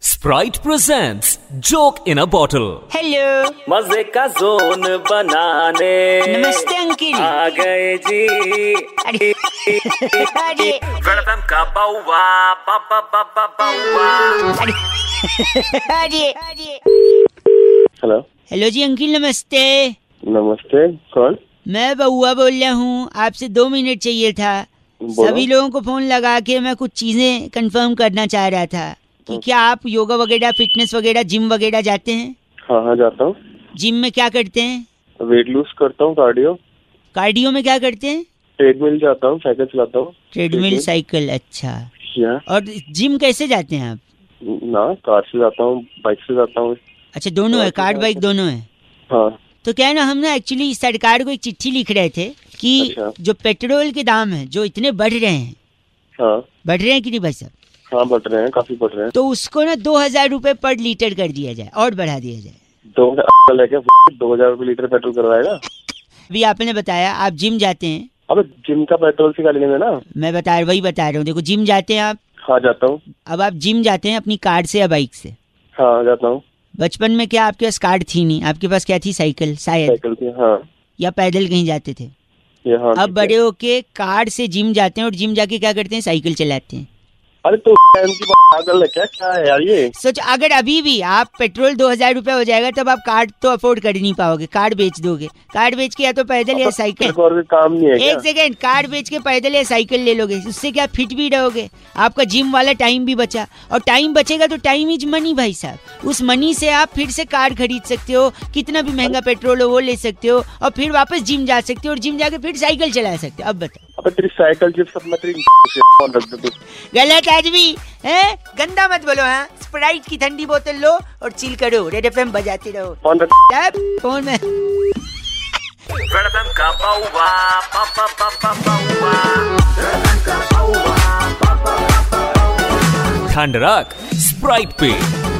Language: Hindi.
Sprite presents Joke in a Bottle. Hello मजे का जोन बनाने नमस्ते अंकिल आ गए जी अरे अरे गणतम का बउआ बा बा बा बा बउआ अरे हेलो हेलो जी अंकिल नमस्ते नमस्ते कौन मैं बउआ बोल रहा हूँ आपसे दो मिनट चाहिए था बोलो। सभी लोगों को फोन लगा के मैं कुछ चीजें कंफर्म करना चाह रहा था हाँ। कि क्या आप योगा वगैरह फिटनेस वगैरह जिम वगैरह जाते हैं हाँ हाँ जाता हूँ जिम में क्या करते हैं वेट लूज करता हूँ कार्डियो कार्डियो में क्या करते हैं ट्रेडमिल जाता हूँ साइकिल चलाता हूँ ट्रेडमिल है। साइकिल अच्छा या और जिम कैसे जाते हैं आप ना कार से जाता हूँ बाइक से जाता हूँ अच्छा दोनों है कार्ड बाइक दोनों है हाँ तो क्या है ना हम ना एक्चुअली सरकार को एक चिट्ठी लिख रहे थे कि अच्छा। जो पेट्रोल के दाम है जो इतने बढ़ रहे हैं हाँ बढ़ रहे हैं कि नहीं भाई साहब हाँ बढ़ रहे हैं काफी बढ़ रहे हैं तो उसको ना दो हजार रूपए पर लीटर कर दिया जाए और बढ़ा दिया जाए दो हजार लेके दो हजार रूपए लीटर पेट्रोल करवाएगा अभी आपने बताया आप जिम जाते हैं अबे जिम का पेट्रोल से गाड़ी लेंगे ना मैं बता वही बता रहा हूँ देखो जिम जाते हैं आप हाँ जाता हूँ अब आप जिम जाते हैं अपनी कार से या बाइक से हाँ जाता हूँ बचपन में क्या आपके पास कार थी नहीं आपके पास क्या थी साइकिल शायद साइकिल से हाँ या पैदल कहीं जाते थे ये हाँ अब ठीक है। बड़े होके कार से जिम जाते हैं और जिम जाके क्या करते हैं साइकिल चलाते हैं अरे तो टाइम की बात पागल है क्या क्या है यार ये सोचो अगर अभी भी आप पेट्रोल दो हजार रूपया हो जाएगा तब आप कार्ड तो अफोर्ड कर ही नहीं पाओगे कार्ड बेच दोगे कार्ड बेच के या तो पैदल या साइकिल तेरे को और कोई काम नहीं है एक क्या सेकेंड कार्ड बेच के पैदल या साइकिल ले लोगे उससे क्या फिट भी रहोगे आपका जिम वाला टाइम भी बचा और टाइम बचेगा तो टाइम इज मनी भाई साहब उस मनी से आप फिर से कार खरीद सकते हो कितना भी महंगा पेट्रोल हो वो ले सकते हो और फिर वापस जिम जा सकते हो और जिम जाके फिर साइकिल चला सकते हो अब बताओ अबे तेरी साइकिल जिप सब मैं तेरी से रख दूँ गलत आदमी है गंदा मत बोलो हाँ स्प्राइट की ठंडी बोतल लो और चिल करो रेड एफ बजाते रहो फोन रख तब फोन में गणतम का बउआ बा बा बा बा बउआ Thandarak Sprite Pay.